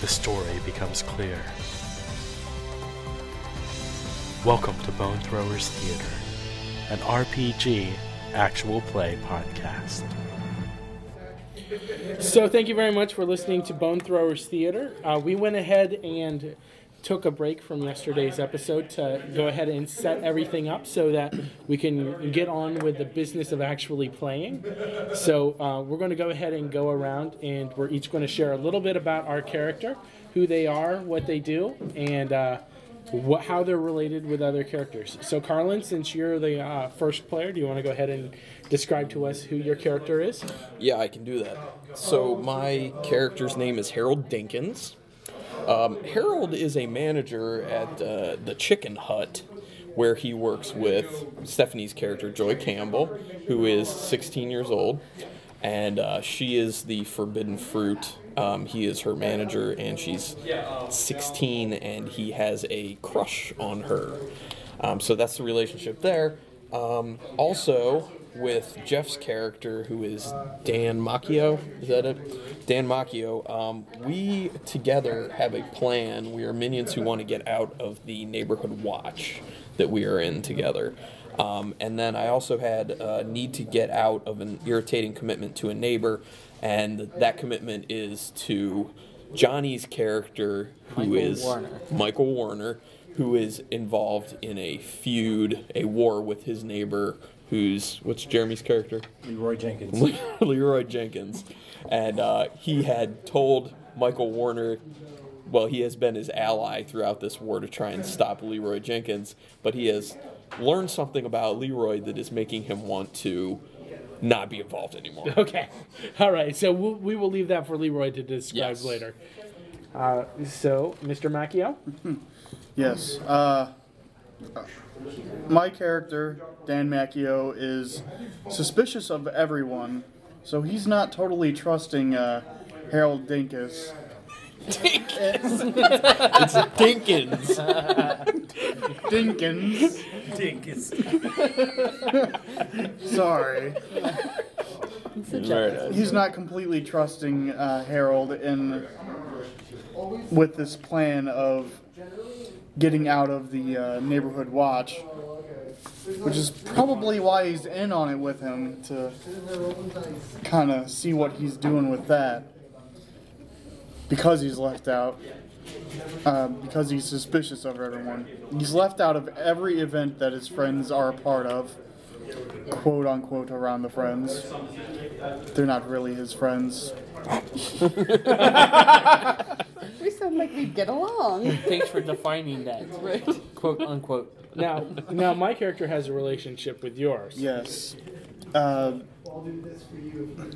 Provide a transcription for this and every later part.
the story becomes clear. Welcome to Bone Throwers Theater, an RPG actual play podcast. So, thank you very much for listening to Bone Throwers Theater. Uh, we went ahead and took a break from yesterday's episode to go ahead and set everything up so that we can get on with the business of actually playing. So uh, we're going to go ahead and go around, and we're each going to share a little bit about our character, who they are, what they do, and uh, what, how they're related with other characters. So, Carlin, since you're the uh, first player, do you want to go ahead and describe to us who your character is? Yeah, I can do that. So my character's name is Harold Dinkins. Um, Harold is a manager at uh, the Chicken Hut, where he works with Stephanie's character Joy Campbell, who is 16 years old, and uh, she is the Forbidden Fruit. Um, he is her manager, and she's 16, and he has a crush on her. Um, so that's the relationship there. Um, also, with Jeff's character, who is Dan Macchio, is that it? Dan Macchio. Um, we together have a plan. We are minions who want to get out of the neighborhood watch that we are in together. Um, and then I also had uh, need to get out of an irritating commitment to a neighbor, and that commitment is to Johnny's character, who is Warner. Michael Warner, who is involved in a feud, a war with his neighbor, who's what's Jeremy's character? Leroy Jenkins. Leroy Jenkins, and uh, he had told Michael Warner, well, he has been his ally throughout this war to try and stop Leroy Jenkins, but he has learned something about Leroy that is making him want to not be involved anymore. Okay. All right. So we'll, we will leave that for Leroy to describe Yes. later. Uh, so, Mr. Macchio? Yes. Uh, my character, Dan Macchio, is suspicious of everyone, so he's not totally trusting uh, Harold Dinkus. It's Dinkins. Dinkins. Sorry. Very nice. He's not completely trusting uh, Harold in with this plan of getting out of the uh, neighborhood watch, which is probably why he's in on it with him to kind of see what he's doing with that. Because he's left out, uh, because he's suspicious of everyone. He's left out of every event that his friends are a part of, quote unquote, around the friends. They're not really his friends. We sound like we'd get along. Thanks for defining that. Right. Quote unquote. Now, now my character has a relationship with yours. Yes. Uh,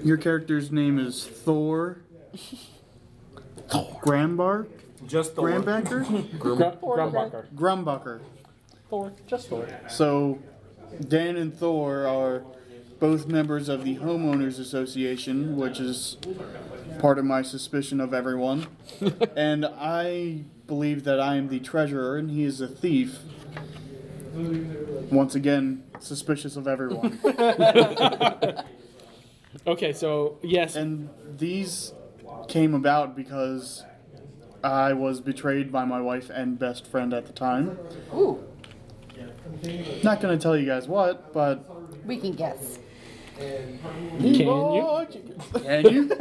your character's name is Thor. Grambark? Just the Grambacker? Gr- Grumbacher. Grumbucker. Thor. Just Thor. So, Dan and Thor are both members of the Homeowners Association, which is part of my suspicion of everyone. and I believe that I am the treasurer and he is a thief. Once again, suspicious of everyone. Okay, so yes, And these came about because I was betrayed by my wife and best friend at the time. Ooh, Not gonna tell you guys what, but we can guess. can you? can you?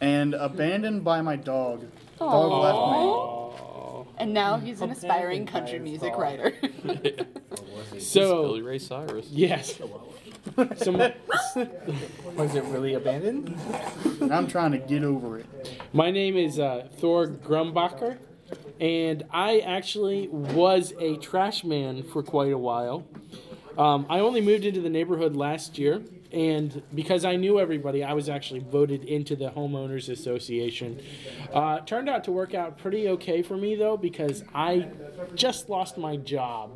and abandoned by my dog. Dog left And now he's an aspiring country music writer. Billy So Ray Cyrus. yes. So my, Was it really abandoned? me. And I'm trying to get over it. my name is uh, Thor Grumbacher, and I actually was a trash man for quite a while. Um, I only moved into the neighborhood last year, And because I knew everybody, I was actually voted into the homeowners association. Uh, it turned out to work out pretty okay for me though, because I just lost my job.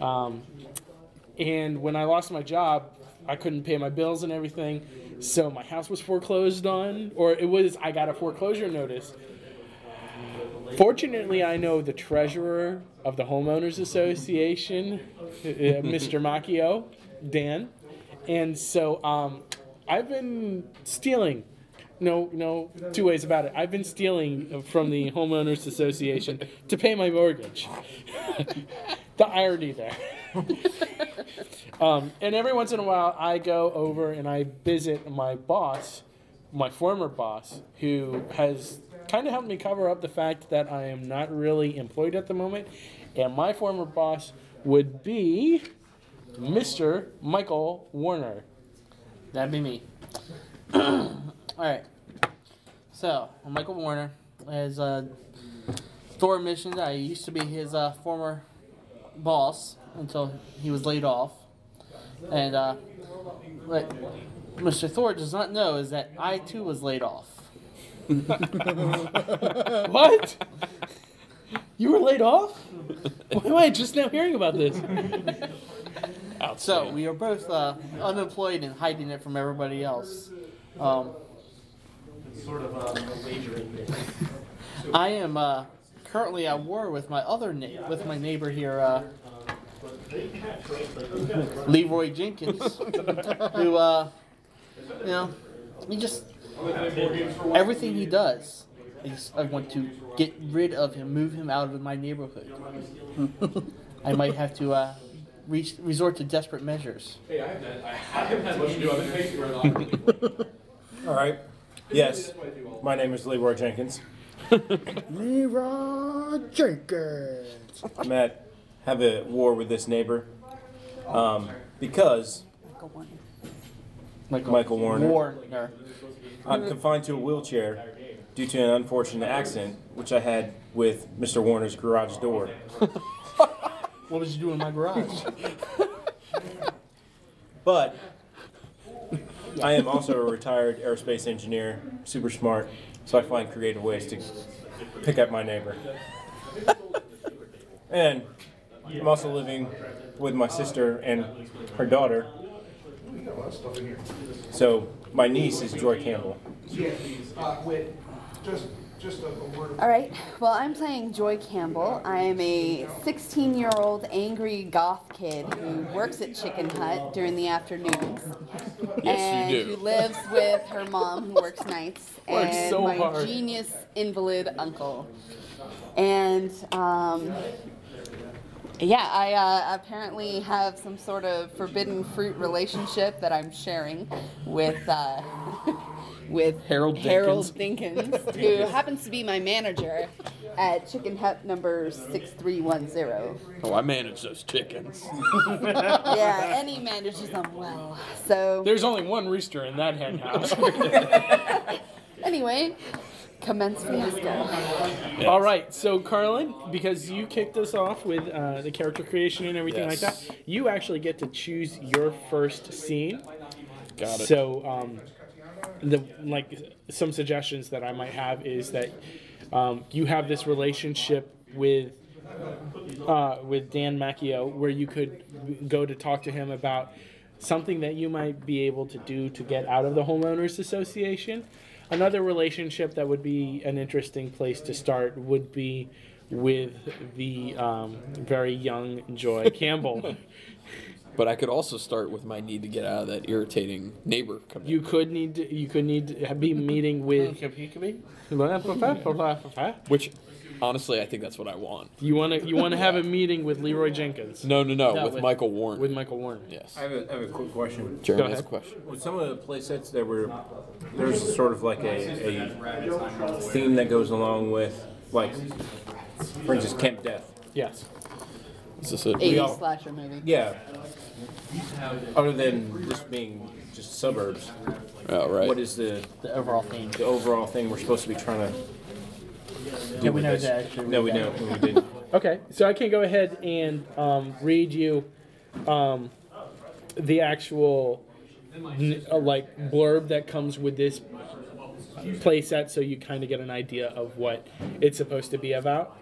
Um, and when I lost my job, I couldn't pay my bills and everything. So my house was foreclosed on, or it was, I got a foreclosure notice. Fortunately, I know the treasurer of the Homeowners Association, uh, Mr. Macchio, Dan. And so um, I've been stealing. No, no, two ways about it. I've been stealing from the Homeowners Association to pay my mortgage. the irony there. Um, and every once in a while, I go over and I visit my boss, my former boss, who has kind of helped me cover up the fact that I am not really employed at the moment. And my former boss would be Mr. Michael Warner. That'd be me. All right. So Michael Warner is uh, Thor Missions. I used to be his uh, former boss until he was laid off. And uh, what Mr. Thor does not know is that I too was laid off. What? you were laid off? Why am I just now hearing about this? So we are both uh, unemployed and hiding it from everybody else. Um, I am uh, currently at war with my other na- with my neighbor here, uh, Leroy Jenkins, who uh, you know he just everything he does. is I want to get rid of him, move him out of my neighborhood. I might have to uh, reach, resort to desperate measures. All right. Yes. My name is Leroy Jenkins. Leroy Jenkins. I'm at have a war with this neighbor um, because Michael, Michael Warner. Warner. I'm confined to a wheelchair due to an unfortunate accident which I had with Mr. Warner's garage door. What was you doing in my garage? But I am also a retired aerospace engineer, super smart, so I find creative ways to pick up my neighbor. and I'm also living with my sister and her daughter. So my niece is Joy Campbell. All right. Well, I'm playing Joy Campbell. I am a 16 year old angry goth kid who works at Chicken Hut during the afternoons. Yes, you and do. who lives with her mom who works nights. Works and so my hard. genius invalid uncle. And um, yeah, I uh, apparently have some sort of forbidden fruit relationship that I'm sharing with uh, with Harold Harold Dinkins, who happens to be my manager at Chicken Hut number six three one zero. Oh, I manage those chickens. Yeah, and he manages them well. So There's only one rooster in that hen house. anyway, commence fiasco. All right, so Carlin, because you kicked us off with uh, the character creation and everything like Yes. that, you actually get to choose your first scene. Got it. So, um, the like some suggestions that I might have is that um, you have this relationship with uh, with Dan Macchio, where you could go to talk to him about something that you might be able to do to get out of the homeowners association. Another relationship that would be an interesting place to start would be with the um, very young Joy Campbell. but I could also start with my need to get out of that irritating neighbor. coming. you could need to, you could need to be meeting with. you Which, honestly, I think that's what I want. want to you want to have a meeting with Leroy Jenkins No, no, no, No, with, with- Michael Warren. with Michael Warner. yes. I have a, I have a quick question. Jeremy Go has a ahead. question. With some of the playsets, there were there's sort of like a, a theme that goes along with like, for instance, Camp Death. Yes. Is this it? 80s slasher movie. Yeah. Other than just being just suburbs, Oh, right. what is the, the overall theme. the overall thing we're supposed to be trying to do? Yeah, we with know this? that, actually, we No, we know. know. We didn't. Okay, so I can go ahead and um, read you um, the actual n- a, like blurb that comes with this playset, so you kind of get an idea of what it's supposed to be about.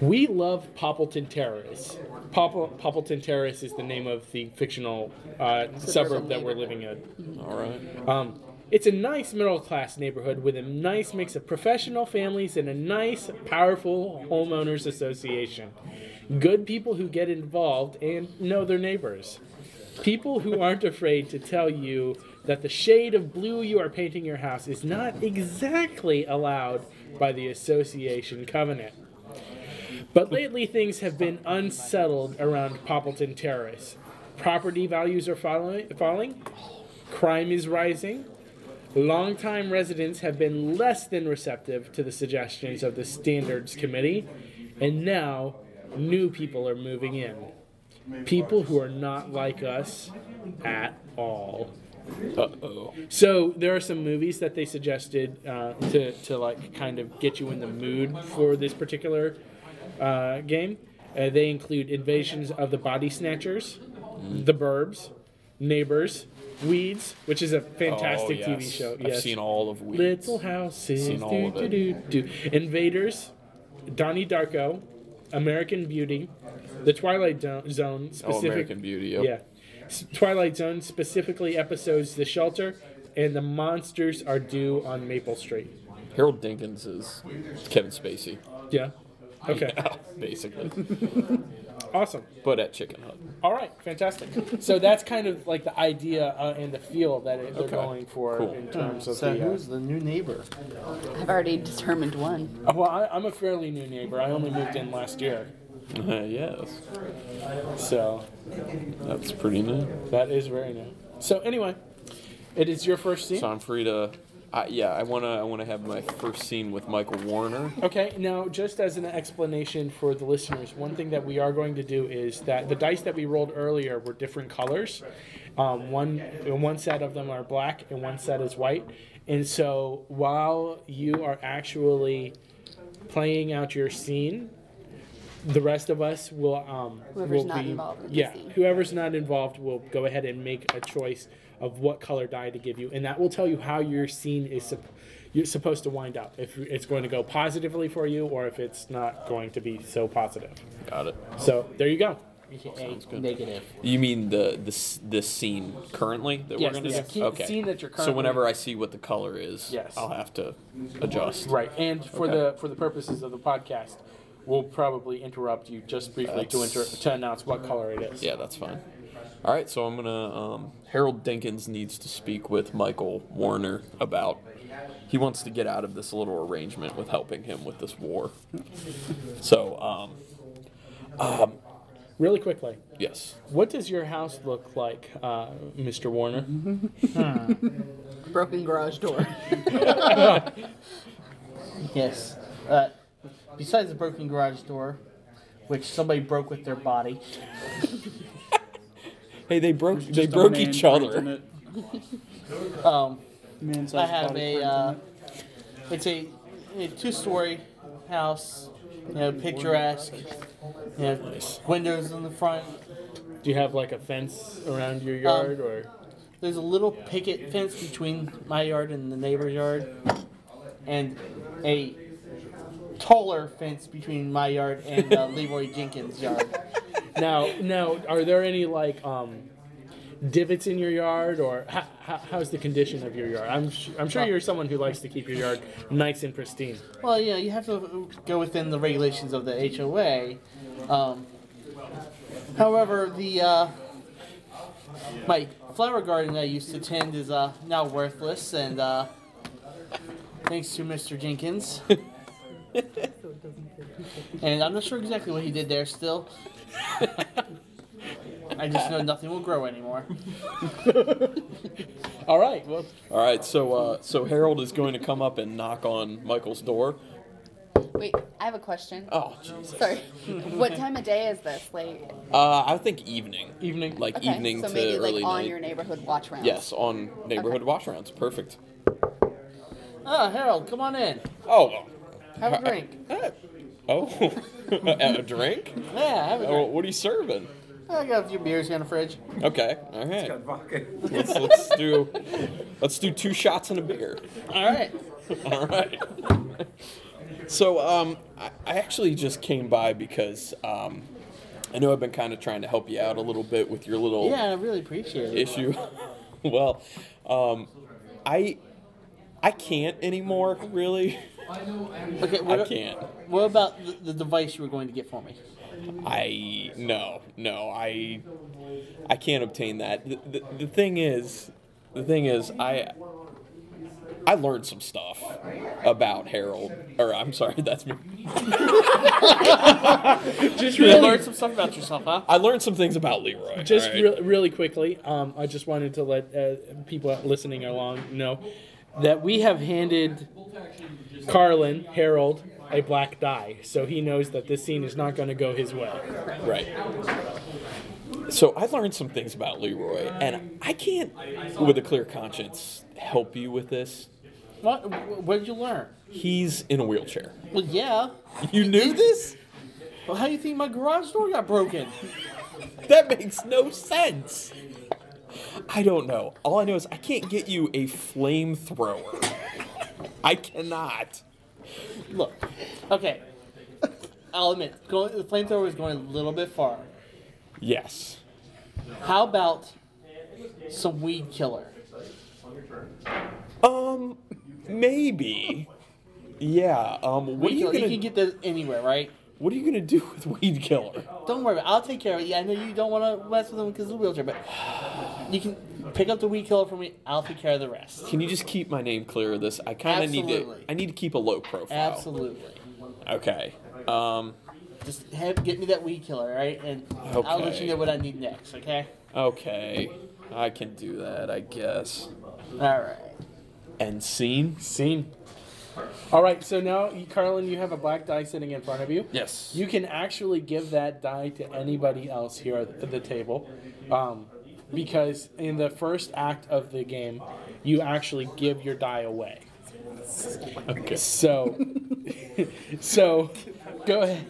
We love Poppleton Terrace. Popple, Poppleton Terrace is the name of the fictional uh, suburb that we're living in. All right. Um, it's a nice middle class neighborhood with a nice mix of professional families and a nice, powerful homeowners association. Good people who get involved and know their neighbors. People who aren't afraid to tell you that the shade of blue you are painting your house is not exactly allowed by the association covenant. But lately, things have been unsettled around Poppleton Terrace. Property values are following, falling, crime is rising. Longtime residents have been less than receptive to the suggestions of the Standards Committee, and now new people are moving in. People who are not like us at all. Uh oh. So there are some movies that they suggested uh, to to like kind of get you in the mood for this particular uh, game. Uh, they include Invasions of the Body Snatchers, The Burbs, Neighbors, Weeds, which is a fantastic Oh, yes. TV show. I've seen all of Weeds. Little Houses, Seen all of do, do, do, do. Invaders, Donnie Darko, American Beauty, The Twilight Zo- Zone, Oh, specific, American Beauty. Yep. yeah. S- Twilight Zone, specifically episodes The Shelter and The Monsters Are Due on Maple Street. Harold Dinkins is Kevin Spacey. Yeah. Okay. Basically, Awesome. but at Chicken Hut. All right. Fantastic. So that's kind of like the idea uh, and the feel that it, they're Okay. going for Cool. in terms of Hmm. So the. Uh, who's the new neighbor? I've already determined one. well, I, I'm a fairly new neighbor. I only moved in last year, Uh, yes, so that's pretty neat. that is very new. So anyway, it is your first scene. So I'm free to. I, yeah, I wanna. I wanna have my first scene with Michael Warner. Okay, now just as an explanation for the listeners, one thing that we are going to do is that the dice that we rolled earlier were different colors. Um, one one set of them are black and one set is white. And so while you are actually playing out your scene, the rest of us will um, Whoever's will not be- involved in the yeah scene. whoever's not involved will go ahead and make a choice of what color dye to give you, and that will tell you how your scene is sup- you're supposed to wind up. If it's going to go positively for you, or if it's not going to be so positive. Got it. So there you go. Sounds good. Negative. You mean the this this scene currently that Yes, we're gonna the do? sce- okay. scene that you're So currently- whenever I see what the color is, Yes. I'll have to adjust. Right, and for Okay. the for the purposes of the podcast, we'll probably interrupt you just briefly to inter- That's- to announce what color it is. Yeah, that's fine. All right, so I'm gonna. Um, Harold Dinkins needs to speak with Michael Warner about. He wants to get out of this little arrangement with helping him with this war. So, um, Really quickly, yes, what does your house look like, uh, Mr. Warner? Broken garage door. Yes. Uh, besides the broken garage door, which somebody broke with their body. Hey, they broke. They Just a broke man each printing other. it. Um, Man-sized I have body a. printing Uh, it. it's a, a two-story house. You know, picturesque. You know, windows in the front. Do you have like a fence around your Um, yard, or There's a little picket fence between my yard and the neighbor's yard, and a taller fence between my yard and uh, Leroy Jenkins' yard. now now are there any like um divots in your yard or how, how, how's the condition of your yard i'm sh- i'm sure you're someone who likes to keep your yard nice and pristine Well, yeah, you have to go within the regulations of the HOA. Um, however, the uh, my flower garden I used to tend is uh, now worthless, and uh, thanks to Mr. Jenkins. and I'm not sure exactly what he did there. Still, I just know nothing will grow anymore. all right well All right, so uh, so Harold is going to come up and knock on Michael's door. Wait, I have a question. Oh, Jesus. Sorry. what time of day is this? Like Uh, I think evening, evening like okay, evening so to maybe like early on night. your neighborhood watch round. yes, on neighborhood watch rounds. Perfect. Ah, Harold, come on in. Oh, Have a drink. oh, a drink. Yeah, have a Oh, drink. what are you serving? I got a few beers here in the fridge. Okay. All right. Got vodka. Let's, let's do let's do two shots and a beer. All right. All right. So um, I, I actually just came by because um, I know I've been kind of trying to help you out a little bit with your little Yeah, I really appreciate it. issue. well, um, I I can't anymore. Really, Okay, what, I can't. what about the, the device you were going to get for me? I no no I I can't obtain that. The, the, the thing is the thing is I I learned some stuff about Harold or I'm sorry that's me. Just You really, learned some stuff about yourself, huh? I learned some things about Leroy. just alright? re- really quickly, um, I just wanted to let uh, people listening along know that we have handed Carlin Harold a black die, so he knows that this scene is not going to go his way. Right. So I learned some things about Leroy, and I can't, with a clear conscience, help you with this. What? What did you learn? He's in a wheelchair. Well, yeah. You knew this? Well, how do you think my garage door got broken? That makes no sense. I don't know. All I know is I can't get you a flamethrower. I cannot. Look, okay. I'll admit, going, the flamethrower is going a little bit far. Yes. How about some weed killer? Um, maybe. Yeah. Um, what are Weed you killer, you gonna can get this anywhere, right? What are you gonna do with Weed Killer? Don't worry about it. I'll take care of it. Yeah, I know you don't want to mess with him because of the wheelchair, but you can pick up the weed killer for me. I'll take care of the rest. Can you just keep my name clear of this? I kind of need to. Absolutely. I need to keep a low profile. Absolutely. Okay. Um, Just have, get me that weed killer, right? And I'll let Okay. you know what I need next, okay? okay. I can do that, I guess. All right. End scene? Scene. All right, so now, you- Carlin, you have a black die sitting in front of you. Yes. You can actually give that die to anybody else here at the table. Um, because in the first act of the game, you actually give your die away. okay. So, so go ahead.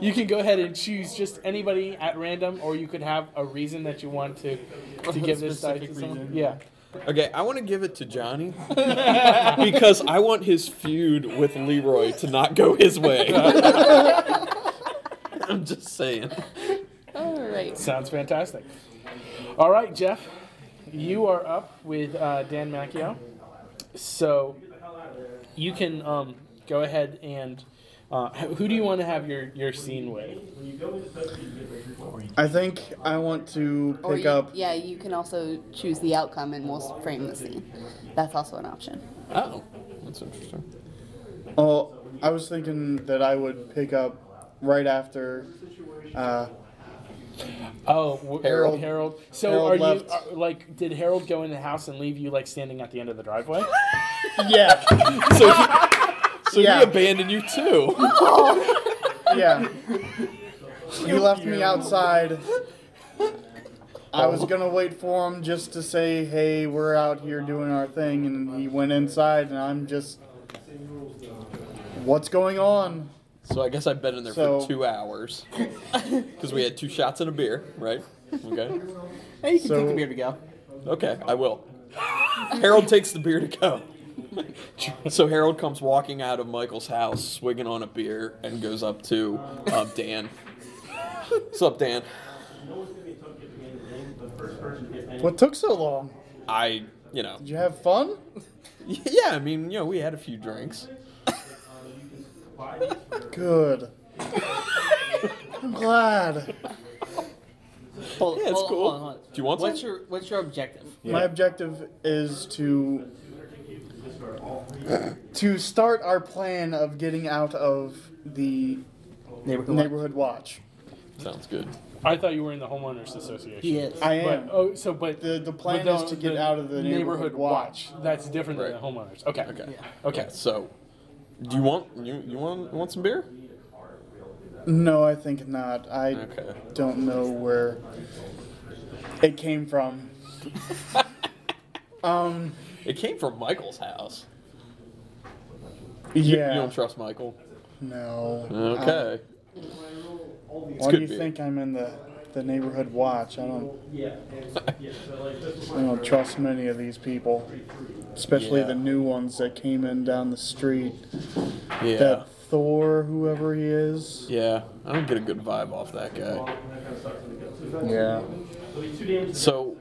You can go ahead and choose just anybody at random, or you could have a reason that you want to to give this die to Specific someone. reason. Yeah. Okay, I want to give it to Johnny because I want his feud with Leroy to not go his way. I'm just saying. All right. Sounds fantastic. All right, Jeff, you are up with uh, Dan Macchio. So you can um, go ahead and. Uh, h- who do you want to have your, your scene with? I think I want to Or pick you, up. Yeah, you can also choose the outcome and we'll frame the scene. That's also an option. Oh, that's interesting. Oh, I was thinking that I would pick up right after. Uh, Oh, w- Harold. Harold. So Harold are left. you are, like? Did Harold go in the house and leave you like standing at the end of the driveway? yeah, So he, so Yeah. he abandoned you too. yeah. He left me outside. I Oh. was gonna wait for him just to say, "Hey, we're out here doing our thing," and he went inside, and I'm just, "What's going on?" So I guess I've been in there So- for two hours because we had two shots and a beer, right? Okay. Hey, you can take So- the beer to go. Okay, I will. Harold takes the beer to go. So Harold comes walking out of Michael's house, swigging on a beer, and goes up to um, Dan. What's up, Dan? What took so long? I, you know, Did you have fun? yeah, I mean, you know, we had a few drinks. Good. I'm glad. Hold, Yeah, it's hold- cool. hold on, hold on. Do you want what's some? your What's your objective? My objective is to to start our plan of getting out of the Neighborhood. neighborhood watch. Sounds good. I thought you were in the homeowners association. He is. I But, am. oh, so but The- the but plan is to get out of the neighborhood watch. That's different Right. than the homeowners. Okay. Okay. Okay. So, do you want you you want you want some beer? No, I think not. I Okay. don't know where it came from. um. It came from Michael's house. You, you Yeah. don't trust Michael. No. Okay. Why good do you beer. think I'm in the the neighborhood watch. I don't. I don't trust many of these people, especially Yeah. the new ones that came in down the street. Yeah. That Thor, whoever he is. Yeah, I don't get a good vibe off that guy. Yeah. So,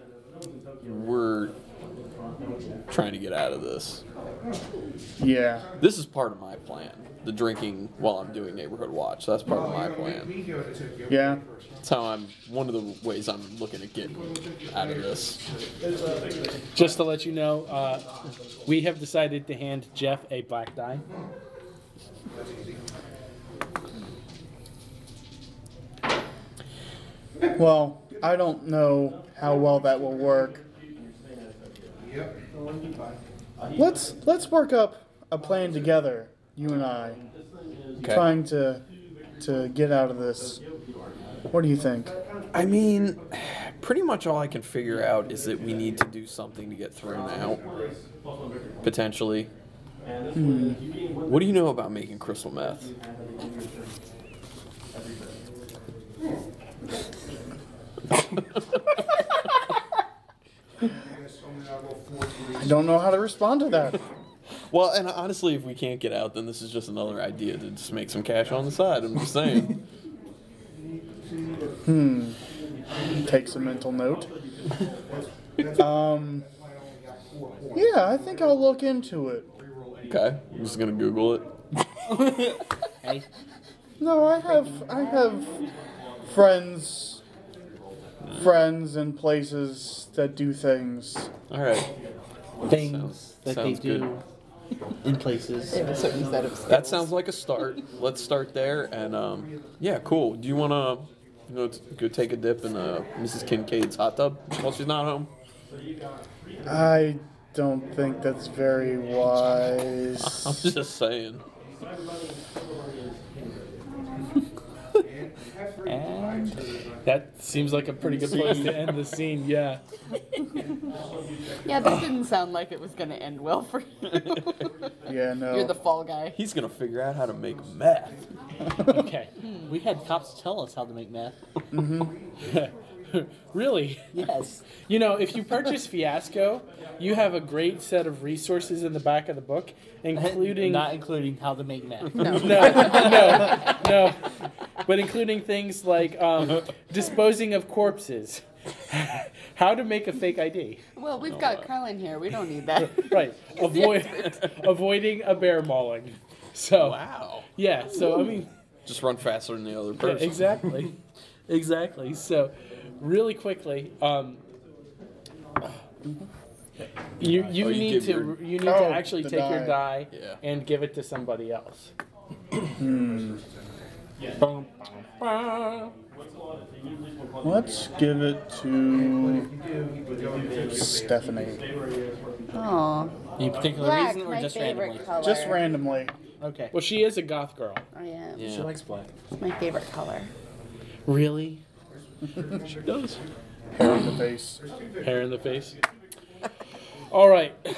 we're trying to get out of this. Yeah. This is part of my plan. The drinking while I'm doing neighborhood watch. That's part of my plan. Yeah. That's how I'm. One of the ways I'm looking to get out of this. Just to let you know, uh, we have decided to hand Jeff a black die. Well, I don't know how well that will work. Let's let's work up a plan together, you and I, Okay. trying to to get out of this. What do you think? I mean, pretty much all I can figure out is that we need to do something to get thrown out, potentially. Hmm. What do you know about making crystal meth? I don't know how to respond to that. Well, and honestly, if we can't get out, then this is just another idea to just make some cash on the side. I'm just saying. Takes a mental note. Um, yeah, I think I'll look into it. okay, I'm just gonna Google it. Hey, No, I have I have friends friends and places that do things. All right, things Sounds- that they sounds do in places. a certain set of skills. that sounds like a start. Let's start there, and um, yeah, cool. Do you wanna you know, t- go take a dip in uh, Mrs. Kincaid's hot tub while she's not home? I don't think that's very I'm wise. just saying. And That seems like a pretty good place to end the scene. Yeah. Yeah, that didn't sound like it was going to end well for you. Yeah, no. You're the fall guy. He's gonna figure out how to make meth. Okay. we had cops tell us how to make meth. really? Yes. You know, if you purchase Fiasco, you have a great set of resources in the back of the book, including Not including how to make meth. no, no, no, but including things like um, disposing of corpses, how to make a fake ID, Well, we've got Carlin here. We don't need that. right? Avoid avoiding a bear mauling. So Wow. yeah, so I mean, Just run faster than the other yeah, person. exactly, exactly. So really quickly. Um, you, you, Oh, you need give to your- you need Oh, to actually the take your die Yeah. and give it to somebody else. Let's give it to Stephanie. Oh, Any particular black, reason or my just favorite randomly? color. Just randomly. Okay. Well, she is a goth girl. I am. She Yeah. likes black. It's my favorite color. Really? sure does. Hair in the face. Hair in the face. All right. All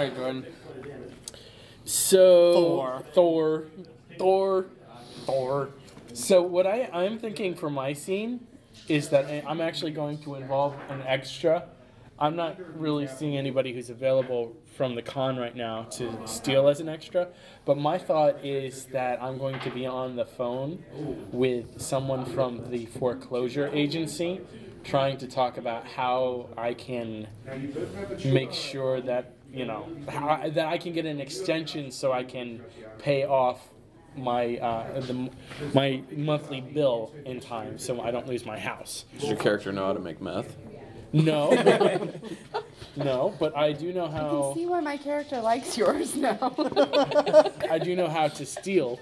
right, Jordan. So Thor. Thor, Thor, Thor. So what I I'm thinking for my scene is that I- I'm actually going to involve an extra. I'm not really seeing anybody who's available from the con right now to steal as an extra, but my thought is that I'm going to be on the phone with someone from the foreclosure agency trying to talk about how I can make sure that you know how, that I can get an extension so I can pay off my uh, the, my monthly bill in time so I don't lose my house. Does your character know how to make meth? No, no, but I do know I can Oh. how see why my character likes yours now. I do know how to steal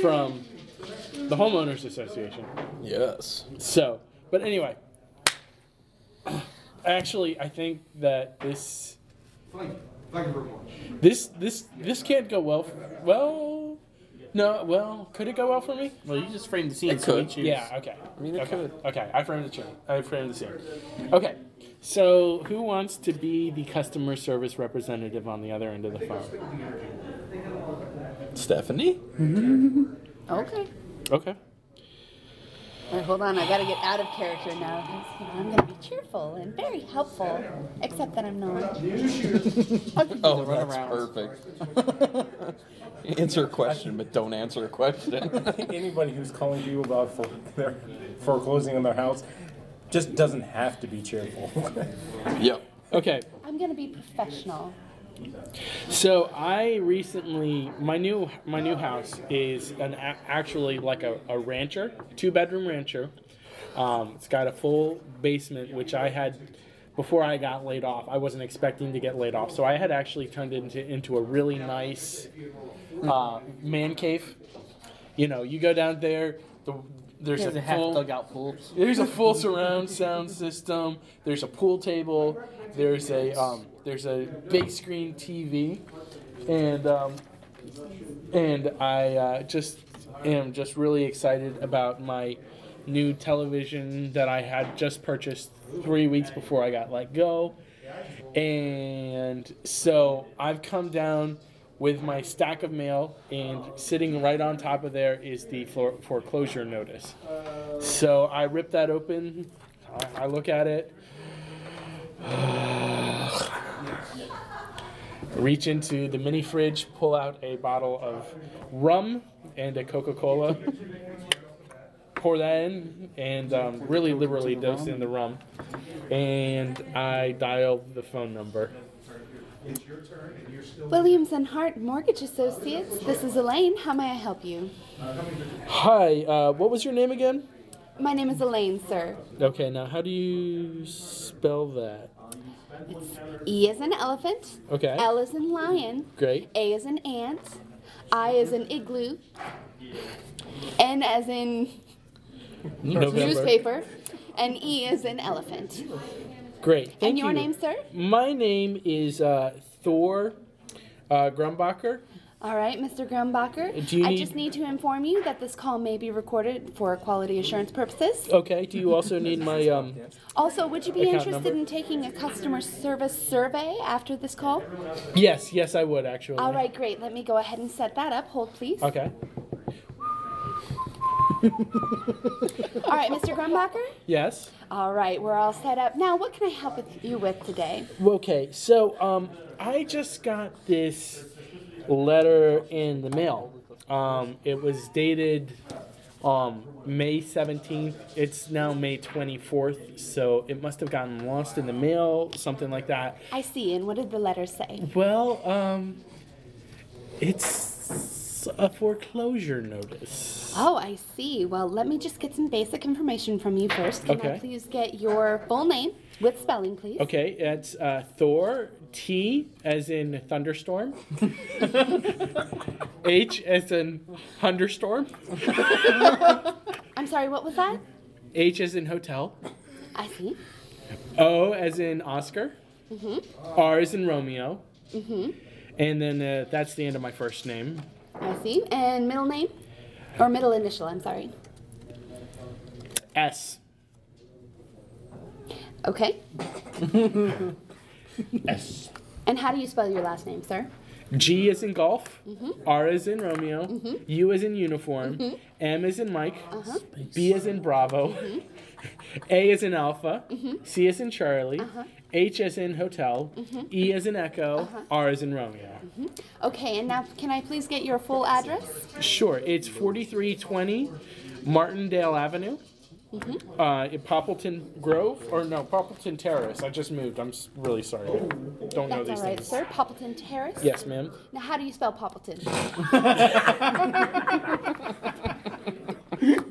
from the homeowners association. Yes. So, but anyway, actually, I think that this this this this can't go well. f- Well, no, well, could it go well for me? Well, you just framed the scene, It so we could. choose. Yeah. Okay. mean, it okay. could. Okay. I framed the chair. I framed the scene. Okay. So, who wants to be the customer service representative on the other end of the phone? Stephanie? okay. Okay. Wait, hold on, I gotta get out of character now because you know, I'm gonna be cheerful and very helpful, except that I'm not. Oh, that's perfect. answer a question, but don't answer a question. Anybody who's calling people about for their foreclosing on their house just doesn't have to be cheerful. yep. Okay, I'm gonna be professional. so I recently my new my new house is an a- actually like a, a rancher, two bedroom rancher. Um, it's got a full basement, which I had before I got laid off. I wasn't expecting to get laid off, so I had actually turned it into into a really nice uh, man cave. You know, you go down there. The, there's There's a a half full, dugout pool. There's a full surround sound system. There's a pool table. There's a um, there's a big screen TV, and um, and I uh, just am just really excited about my new television that I had just purchased three weeks before I got let go. And so I've come down with my stack of mail, and sitting right on top of there is the for- foreclosure notice. So I rip that open. I, I look at it. Reach into the mini fridge, pull out a bottle of rum and a Coca Cola. Pour that in and um, really liberally dose in the rum. And I dial the phone number. Williams and Hart Mortgage Associates. This is Elaine. How may I help you? Hi, uh, what was your name again? My name is Elaine, sir. Okay, now how do you spell that? E is an elephant. Okay. L is an lion. Great. A is an ant. I is an igloo. N as in November. newspaper. And E is an elephant. Great. Thank and your you. name, sir? My name is uh, Thor uh, Grumbacher. All right, Mr. Grumbacher. Uh, Do you I need- just need to inform you that this call may be recorded for quality assurance purposes. Okay. Do you also need my um? Also, would you be Account interested number? in taking a customer service survey after this call? Yes. Yes, I would actually. All right, great. Let me go ahead and set that up. Hold, please. Okay. All right, Mr. Grumbacher. Yes. All right, we're all set up. Now, what can I help with you with today? Okay. So um, I just got this letter in the mail. Um, it was dated um May 17th. It's now May 24th, so it must have gotten lost in the mail, something like that. I see. And what did the letter say? Well, um, it's a foreclosure notice. Oh, I see. Well, let me just get some basic information from you first. Can I Okay. please get your full name with spelling, please? Okay, it's uh, Thor T as in thunderstorm, H as in thunderstorm, I'm sorry, what was that? H as in hotel, I see. O as in Oscar, R as in Romeo, and then uh, that's the end of my first name. I see. And middle name? Or middle initial, I'm sorry. S. Okay. And how do you spell your last name, sir? G is in golf, Mm-hmm. R is in Romeo, U is in uniform, M is in Mike, Uh-huh. B is in Bravo, Mm-hmm. A is in Alpha, C is in Charlie, Uh-huh. H is in Hotel, Mm-hmm. E is in Echo, R is in Romeo. Okay, and now can I please get your full address? Sure, it's 4320 Martindale Avenue. Mm-hmm. Uh, in Poppleton Grove, or no, Poppleton Terrace. I just moved. I'm s- really sorry. I Don't know That's these all right, things. sir. Poppleton Terrace? Yes, ma'am. Now, how do you spell Poppleton?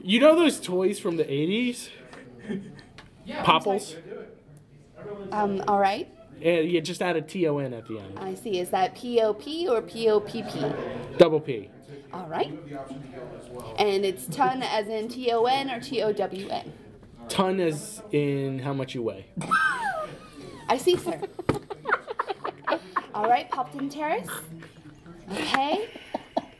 You know those toys from the 80s? Popples? Um, all right. Yeah, you just add a T-O-N at the end. I see. Is that P O P or P O P P? Double P. All right. And it's ton as in T O N or T O W N. Ton is in how much you weigh. I see, sir. All right, Popton Terrace. Okay.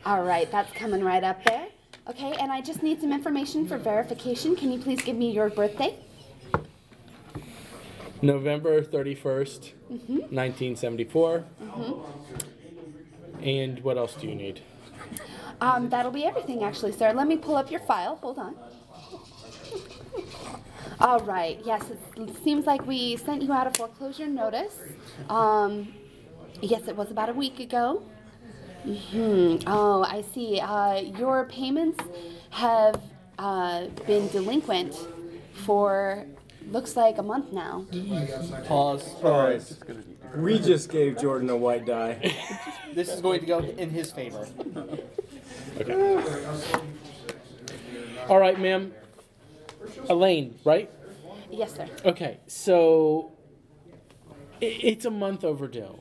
All right, that's coming right up there. Okay, and I just need some information for verification. Can you please give me your birthday? November 31st, 1974. And what else do you need? Um, that'll be everything, actually, sir. Let me pull up your file. Hold on. All right, yes, it s- seems like we sent you out a foreclosure notice. Um, yes, it was about a week ago. hmm Oh, I see. Uh, your payments have uh, been delinquent for, looks like a month now. Pause. Pause. We just gave Jordan a white die. This is going to go in his favor. All right, ma'am. Elaine, right? Yes, sir. Okay, so i- it's a month overdue.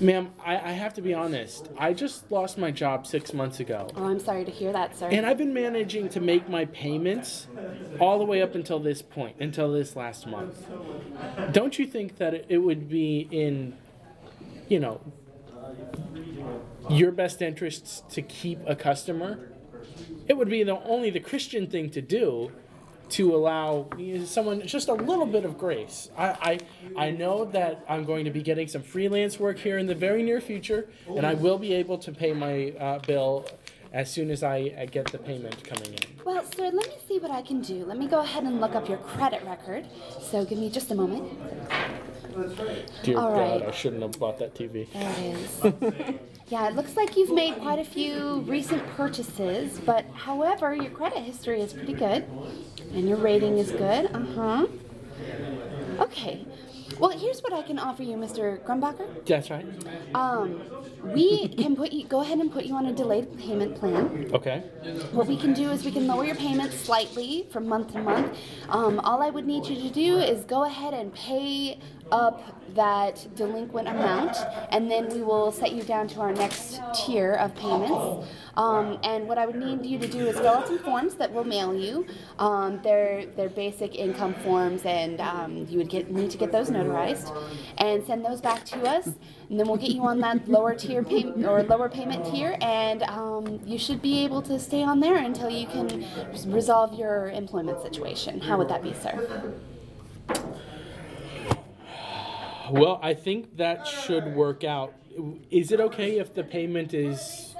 Ma'am, I, I have to be honest. I just lost my job six months ago. Oh, I'm sorry to hear that, sir. And I've been managing to make my payments all the way up until this point, until this last month. Don't you think that it- it would be in, you know, your best interests to keep a customer? It would be the only the Christian thing to do to allow you know, someone just a little bit of grace. I, I I know that I'm going to be getting some freelance work here in the very near future, and I will be able to pay my uh, bill as soon as I, I get the payment coming in. Well, sir, let me see what I can do. Let me go ahead and look up your credit record. So give me just a moment. Dear All God, right. I shouldn't have bought that TV. There it is. yeah, it looks like you've made quite a few recent purchases, but however, your credit history is pretty good, and your rating is good. Uh huh. Okay. Well, here's what I can offer you, Mr. Grumbacher. That's right. Um, we can put you go ahead and put you on a delayed payment plan. Okay. What we can do is we can lower your payments slightly from month to month. Um, all I would need you to do is go ahead and pay up that delinquent amount, and then we will set you down to our next tier of payments. Um, and what I would need you to do is fill out some forms that we'll mail you. Um, they're, they're basic income forms, and um, you would get, need to get those notarized and send those back to us. And then we'll get you on that lower tier pay, or lower payment tier, and um, you should be able to stay on there until you can s- resolve your employment situation. How would that be, sir? Well, I think that should work out. Is it okay if the payment is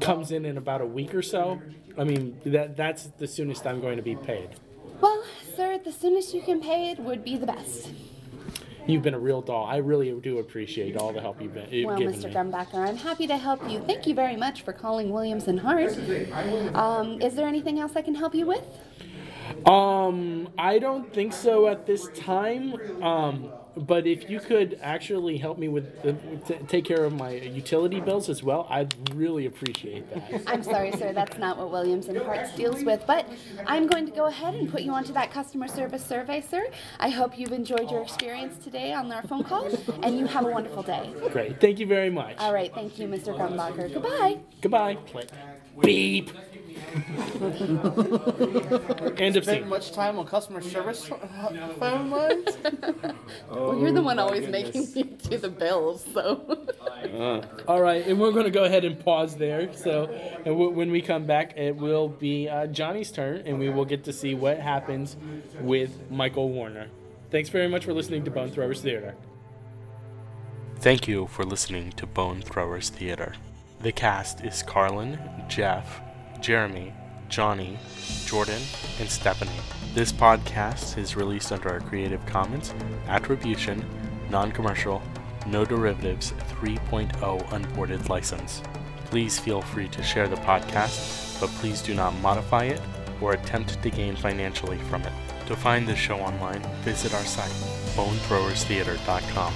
comes in in about a week or so? I mean, that that's the soonest I'm going to be paid. Well, sir, the soonest you can pay it would be the best. You've been a real doll. I really do appreciate all the help you've been you've Well, given Mr. me. Grumbacher, I'm happy to help you. Thank you very much for calling Williams and Hart. Um, is there anything else I can help you with? Um, I don't think so at this time. Um, but if you could actually help me with the, t- take care of my utility bills as well, I'd really appreciate that. I'm sorry, sir, that's not what Williams and Hartz deals with, but I'm going to go ahead and put you onto that customer service survey, sir. I hope you've enjoyed your experience today on our phone call, and you have a wonderful day. Great. Thank you very much. All right, thank you, Mr. Grumbacher. Goodbye. Goodbye. Click. Beep. End of Spend scene. much time on customer service uh, phone lines? Well, you're the one always making me do the bills, so. All right, and we're going to go ahead and pause there. So, and w- when we come back, it will be uh, Johnny's turn, and we will get to see what happens with Michael Warner. Thanks very much for listening to Bone Throwers Theater. Thank you for listening to Bone Throwers Theater. The cast is Carlin, Jeff, Jeremy, Johnny, Jordan, and Stephanie. This podcast is released under our Creative Commons Attribution, Non Commercial, No Derivatives 3.0 Unported License. Please feel free to share the podcast, but please do not modify it or attempt to gain financially from it. To find the show online, visit our site, bonethrowerstheater.com.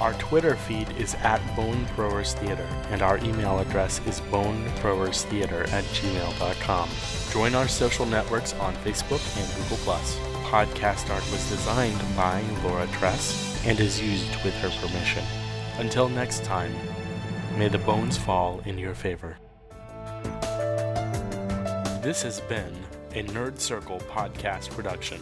Our Twitter feed is at Bone Throwers Theater, and our email address is bonethrowerstheater at gmail.com. Join our social networks on Facebook and Google+. Podcast art was designed by Laura Tress and is used with her permission. Until next time, may the bones fall in your favor. This has been a Nerd Circle podcast production.